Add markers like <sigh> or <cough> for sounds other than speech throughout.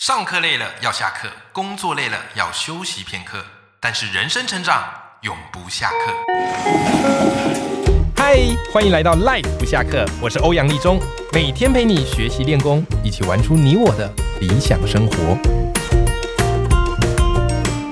上课累了要下课，工作累了要休息片刻，但是人生成长永不下课。嗨，欢迎来到 Life 不下课，我是欧阳立中，每天陪你学习练功，一起玩出你我的理想生活。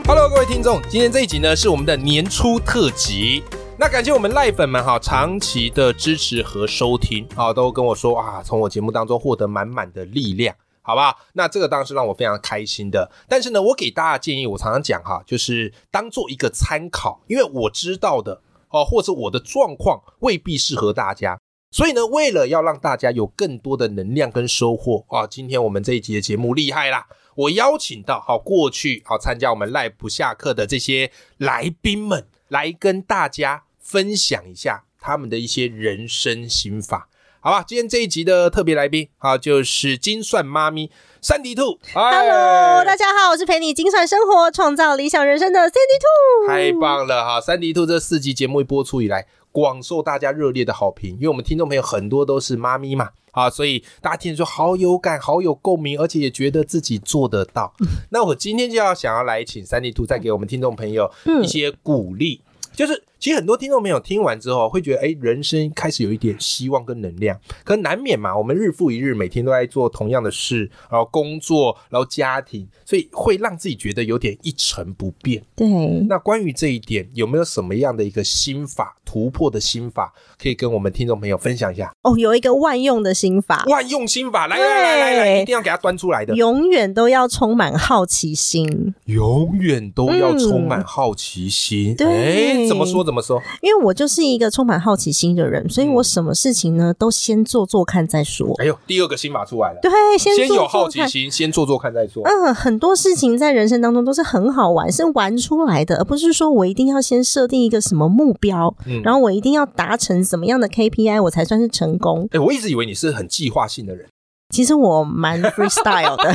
Hello，各位听众，今天这一集呢是我们的年初特辑。那感谢我们赖粉们哈长期的支持和收听啊，都跟我说啊，从我节目当中获得满满的力量，好不好？那这个当然是让我非常开心的。但是呢，我给大家建议，我常常讲哈，就是当做一个参考，因为我知道的哦、啊，或者我的状况未必适合大家。所以呢，为了要让大家有更多的能量跟收获啊，今天我们这一集的节目厉害啦！我邀请到好、啊、过去好、啊、参加我们赖不下课的这些来宾们，来跟大家分享一下他们的一些人生心法，好吧？今天这一集的特别来宾啊，就是金算妈咪三迪兔。哎 Hello，大家好，我是陪你精算生活、创造理想人生的三迪兔。太棒了哈！三迪兔这四集节目一播出以来。广受大家热烈的好评，因为我们听众朋友很多都是妈咪嘛，啊，所以大家听说好有感，好有共鸣，而且也觉得自己做得到。那我今天就要想要来请三 D 兔再给我们听众朋友一些鼓励，嗯、就是其实很多听众朋友听完之后会觉得，哎、欸，人生开始有一点希望跟能量，可难免嘛，我们日复一日，每天都在做同样的事，然后工作，然后家庭，所以会让自己觉得有点一成不变。对，那关于这一点，有没有什么样的一个心法？突破的心法可以跟我们听众朋友分享一下哦。有一个万用的心法，万用心法，来来来来来，一定要给他端出来的。永远都要充满好奇心，永远都要充满好奇心。对、嗯，怎么说怎么说？因为我就是一个充满好奇心的人，所嗯以我什么事情呢都先做做看再说。哎呦，第二个心法出来了，对，先先有好奇心，先做做看再说。嗯，很多事情在人生当中都是很好玩，是玩出来的，而不是说我一定要先设定一个什么目标。嗯然后我一定要达成什么样的 KPI，我才算是成功？哎、欸，我一直以为你是很计划性的人，其实我蛮 freestyle 的，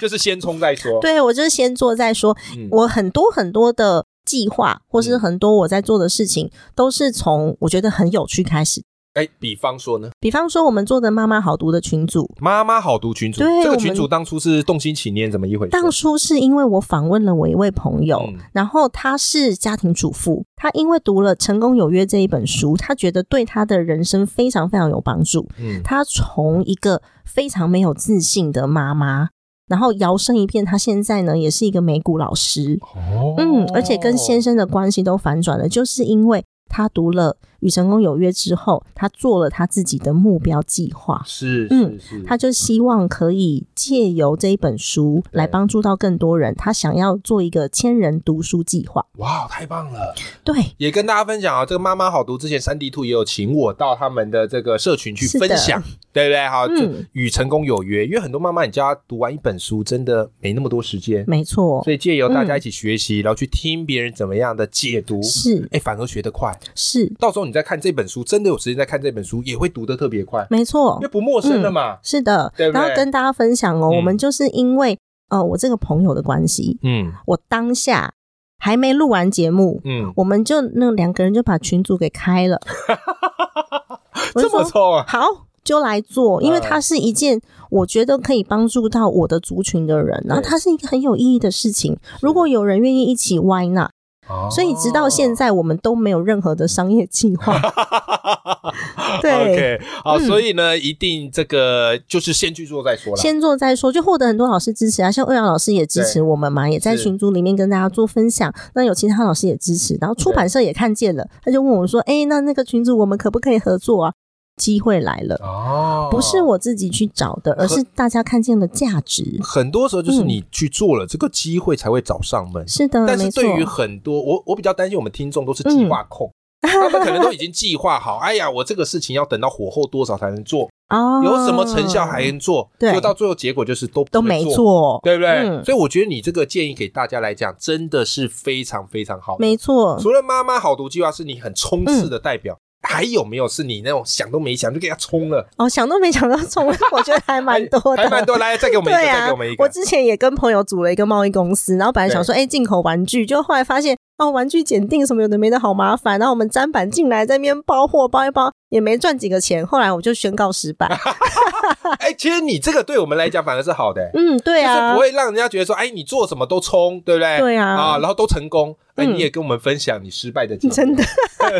就是先冲再说。啊对，我就是先做再说。嗯、我很多很多的计划，或是很多我在做的事情，嗯、都是从我觉得很有趣开始。哎、欸，比方说呢？比方说，我们做的“妈妈好读”的群组，“妈妈好读”群组，对，这个群组当初是动心起念怎么一回事？当初是因为我访问了我一位朋友，嗯、然后她是家庭主妇，她因为读了《成功有约》这一本书，她觉得对她的人生非常非常有帮助。嗯，她从一个非常没有自信的妈妈。然后摇身一变，她现在呢也是一个美股老师，哦、嗯，而且跟先生的关系都反转了，就是因为她读了《与成功有约》之后，她做了她自己的目标计划，是，嗯，她就希望可以借由这一本书来帮助到更多人，她想要做一个千人读书计划。哇，太棒了！对，也跟大家分享啊，这个妈妈好读之前，三 D 兔也有请我到他们的这个社群去分享。对不对？好，嗯就与成功有约，嗯、因为很多妈妈，你叫她读完一本书，真的没那么多时间，没错。所以借由大家一起学习，嗯、然后去听别人怎么样的解读，是，哎，反而学得快，是。到时候你再看这本书，真的有时间再看这本书，也会读得特别快，没错，因为不陌生了嘛。嗯、是的，对对然后跟大家分享哦，我们就是因为呃，我这个朋友的关系，嗯，我当下。还没录完节目，嗯，我们就那两个人就把群组给开 <laughs> 了，这么冲啊！好。就来做，因为它是一件我觉得可以帮助到我的族群的人，然后它是一个很有意义的事情。如果有人愿意一起，Why not？所哦以直到现在，我们都没有任何的商业计 <laughs> 划。对 <laughs> ，OK，好，嗯所以呢，一定这个就是先去做再说了，先做再说，就获得很多老师支持啊，像欧阳老师也支持我们嘛，也在群组里面跟大家做分享。那有其他老师也支持，然后出版社也看见了，他就问我说：“哎，那那个群组我们可不可以合作啊？”机会来了哦，不是我自己去找的，而是大家看见了价值。很多时候就是你去做了，嗯、这个机会才会找上门。是的，但是对于很多我，我比较担心我们听众都是计划控，嗯、他们可能都已经计划好，哎呀，我这个事情要等到火候多少才能做。哦，有什么成效还能做？对，就到最后结果就是都都没做，对不对？嗯、所以我觉得你这个建议给大家来讲，真的是非常非常好。没错，除了妈妈好读计划是你很冲刺的代嗯表。还有没有是你那种想都没想就给他冲了？哦，想都没想到冲，我觉得还蛮多的，还蛮多。来，再给我们一个， <laughs> 对啊、再给我们一个。我之前也跟朋友组了一个贸易公司，然后本来想说，哎，进口玩具，就后来发现哦，玩具检定什么有的没的，好麻烦。然后我们粘板进来，在那边包货包一包，也没赚几个钱。后来我就宣告失 <laughs> 败。哎、其实你这个对我们来讲反而是好的、嗯，对就是啊不，会让人家觉得说，哎，你做什么都冲，对不对？对啊然后都成功，哎，嗯你也跟我们分享你失败的经验，真的 <laughs>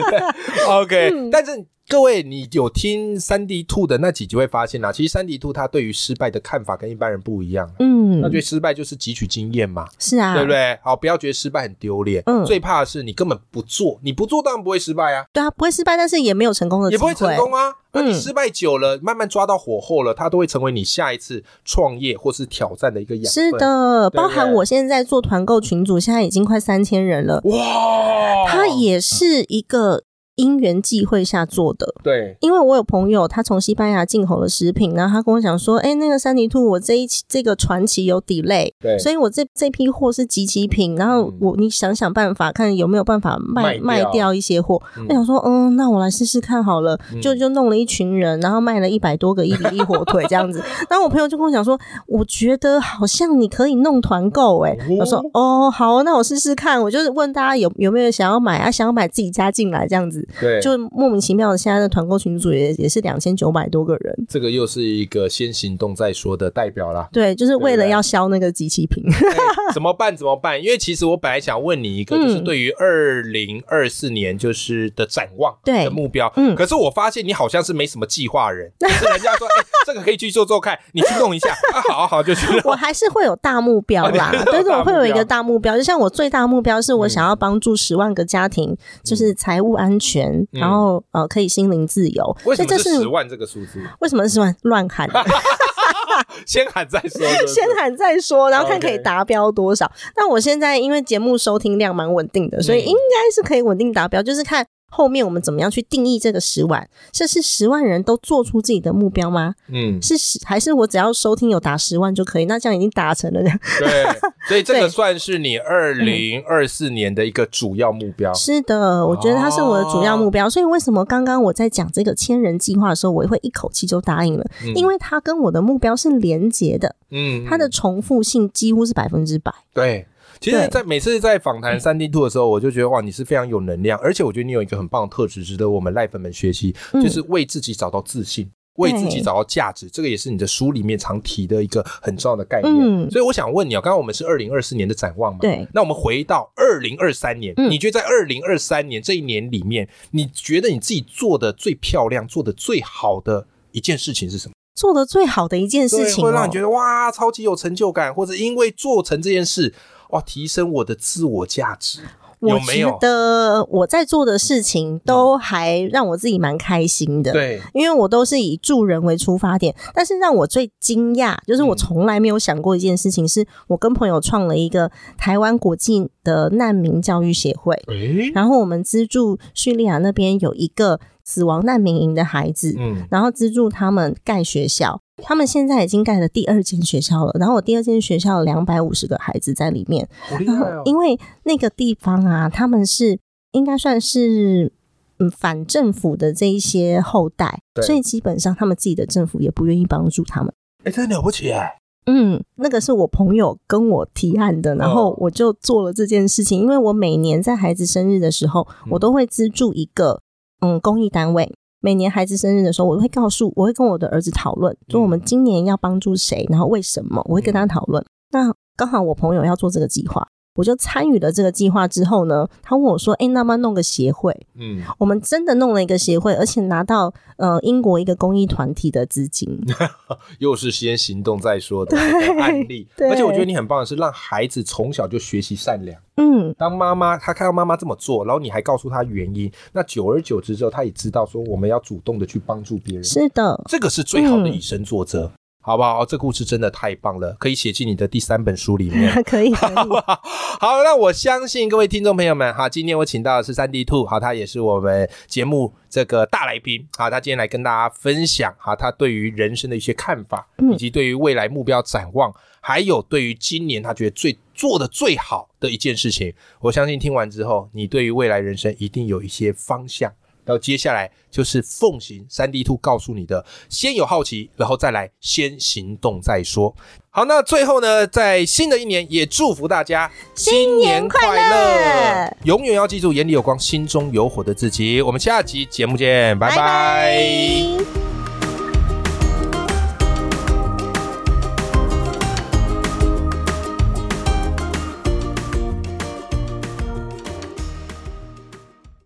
OK，、嗯但是各位，你有听三 D 兔的那几集会发现啦、啊其实三 D 兔它对于失败的看法跟一般人不一样，嗯他觉得失败就是汲取经验嘛，是啊，对不？对？好，不要觉得失败很丢脸，嗯最怕的是你根本不做，你不做当然不会失败啊，对啊，不会失败，但是也没有成功的机也不会。会成功啊。那嗯你失败久了，慢慢抓到火候了，它都会成为你下一次创业或是挑战的一个养分。是，的，对不包对含我现在做团购群组，现在已经快三千人了。哇，哦嗯它也是一个因缘际会下做的。对，因为我有朋友，他从西班牙进口的食品，然后他跟我讲说：“哎、那个三迪兔，我这一期这个传奇有 delay，对所以我这这批货是集齐品，然后嗯我你想想办法，看有没有办法卖卖卖掉掉一些货。嗯我想说，嗯，那我来试试看好了，就就弄了一群人，然后卖了一百多个一比一火腿 <laughs> 这样子。然后我朋友就跟我讲说，我觉得好像你可以弄团购哎、哦我说哦好，那我试试看。我就是问大家有有没有想要买啊，想要买自己加进来这样子，对，就莫名其妙的现在的团购群组也也是两千九百多个人。这个又是一个先行动再说的代表啦。对，就是为对了对要销那个集齐品。哎 <laughs> 怎么办？怎么办？因为其实我本来想问你一个，就是嗯对于二零二四年就是的展望、对的目标，嗯可是我发现你好像是没什么计划 <laughs> 人，就是人家说，哎、这个可以去做做看，你去弄一下啊，好啊好，就去 <laughs> 我弄。还是会有大目标啦哦你还是有，但是大目我会有一标个大目标，就像我最大目标是我嗯想要帮助十万个家庭，就是财务安全，然后呃可以心灵自由。嗯为什所以这么是是十万这个数字？ <laughs> 为什么是乱 <laughs> 乱喊？先喊再说，是不是先喊再说，然后看可以啊 OK 达标多少。那我现在因为节目收听量蛮稳定的，所以嗯应该是可以稳定达标，就是看。后面我们怎么样去定义这个十万？这是十万人都做出自己的目标吗？ <laughs> 嗯，是十还是我只要收听有达十万就可以？那这样已经达成了。这样对，所以这个对算是你二零二四年的一个主要目标。是的，我觉得它是我的主哦要目标，所以为什么刚刚我在讲这个千人计划的时候，我会一口气就答应了？嗯因为它跟我的目标是连结的，嗯哦它的重复性几乎是百分之百。对，其实在，对每次在访谈三 D 兔的时候，我就觉得哇，你是非常有能量，而且我觉得你有一个很棒的特质，值得我们赖粉们学习，嗯就是为自己找到自信。为自己对找到价值，这个也是你的书里面常提的一个很重要的概念。嗯所以我想问你啊，刚刚我们是二零二四年的展望嘛？对。那我们回到二零二三年，嗯你觉得在二零二三年这一年里面，你觉得你自己做的最漂亮、做的最好的一件事情是什么？做的最好的一件对，事情、会哦，让你觉得哇，超级有成就感，或者因为做成这件事，哇，提升我的自我价值，有我没有嗯觉？得我在做的事情都还让我自己蛮开心的。。对，因为我都是以助人为出发点，但是让我最惊讶，就是我嗯从来没有想过一件事情，是我跟朋友创了一个台湾国际的难民教育协会，诶，然后我们资助叙利亚那边有一个死亡难民营的孩子，嗯，然后资助他们盖学校。他们现在已经盖了第二间学校了，然后我第二间学校两百五十个孩子在里面，好厉然后害哦，因为那个地方啊，他们是应该算是嗯反政府的这一些后代对，所以基本上他们自己的政府也不愿意帮助他们。哎，真的了不起哎，嗯，哦那个是我朋友跟我提案的，然后我就做了这件事情。因为我每年在孩子生日的时候，我都会资助一个嗯公益单位。每年孩子生日的时候，我会告诉，我会跟我的儿子讨论，说我们今年要帮助谁，然后为什么，我会跟他讨论。那刚好我朋友要做这个计划，我就参与了这个计划之后呢，他问我说：“哎，那么弄个协会？”嗯，我们真的弄了一个协会，而且拿到呃英国一个公益团体的资金。又是先行动再说的这个案例，对而且我觉得你很棒的是，让孩子从小就学习善良。嗯，当妈妈，他看到妈妈这么做，然后你还告诉他原因，那久而久之之后，他也知道说我们要主动的去帮助别人。 <laughs> 是的，这个是最好的嗯以身作则，好不好？哦这故事真的太棒了，可以写进你的第三本书里面。 <laughs> 可以可 <laughs> 以。好，那我相信各位听众朋友们，哈，今天我请到的是三 D 兔，好，他也是我们节目这个大来宾，好，他今天来跟大家分享，哈，他对于人生的一些看法，嗯以及对于未来目标展望，还有对于今年他觉得最做的最好的一件事情，我相信听完之后，你对于未来人生一定有一些方向。然后接下来就是奉行三 D 兔告诉你的，先有好奇，然后再来先行动再说。好，那最后呢，在新的一年也祝福大家新年快乐，永远要记住眼里有光，心中有火的自己。我们下集节目见，拜拜。拜拜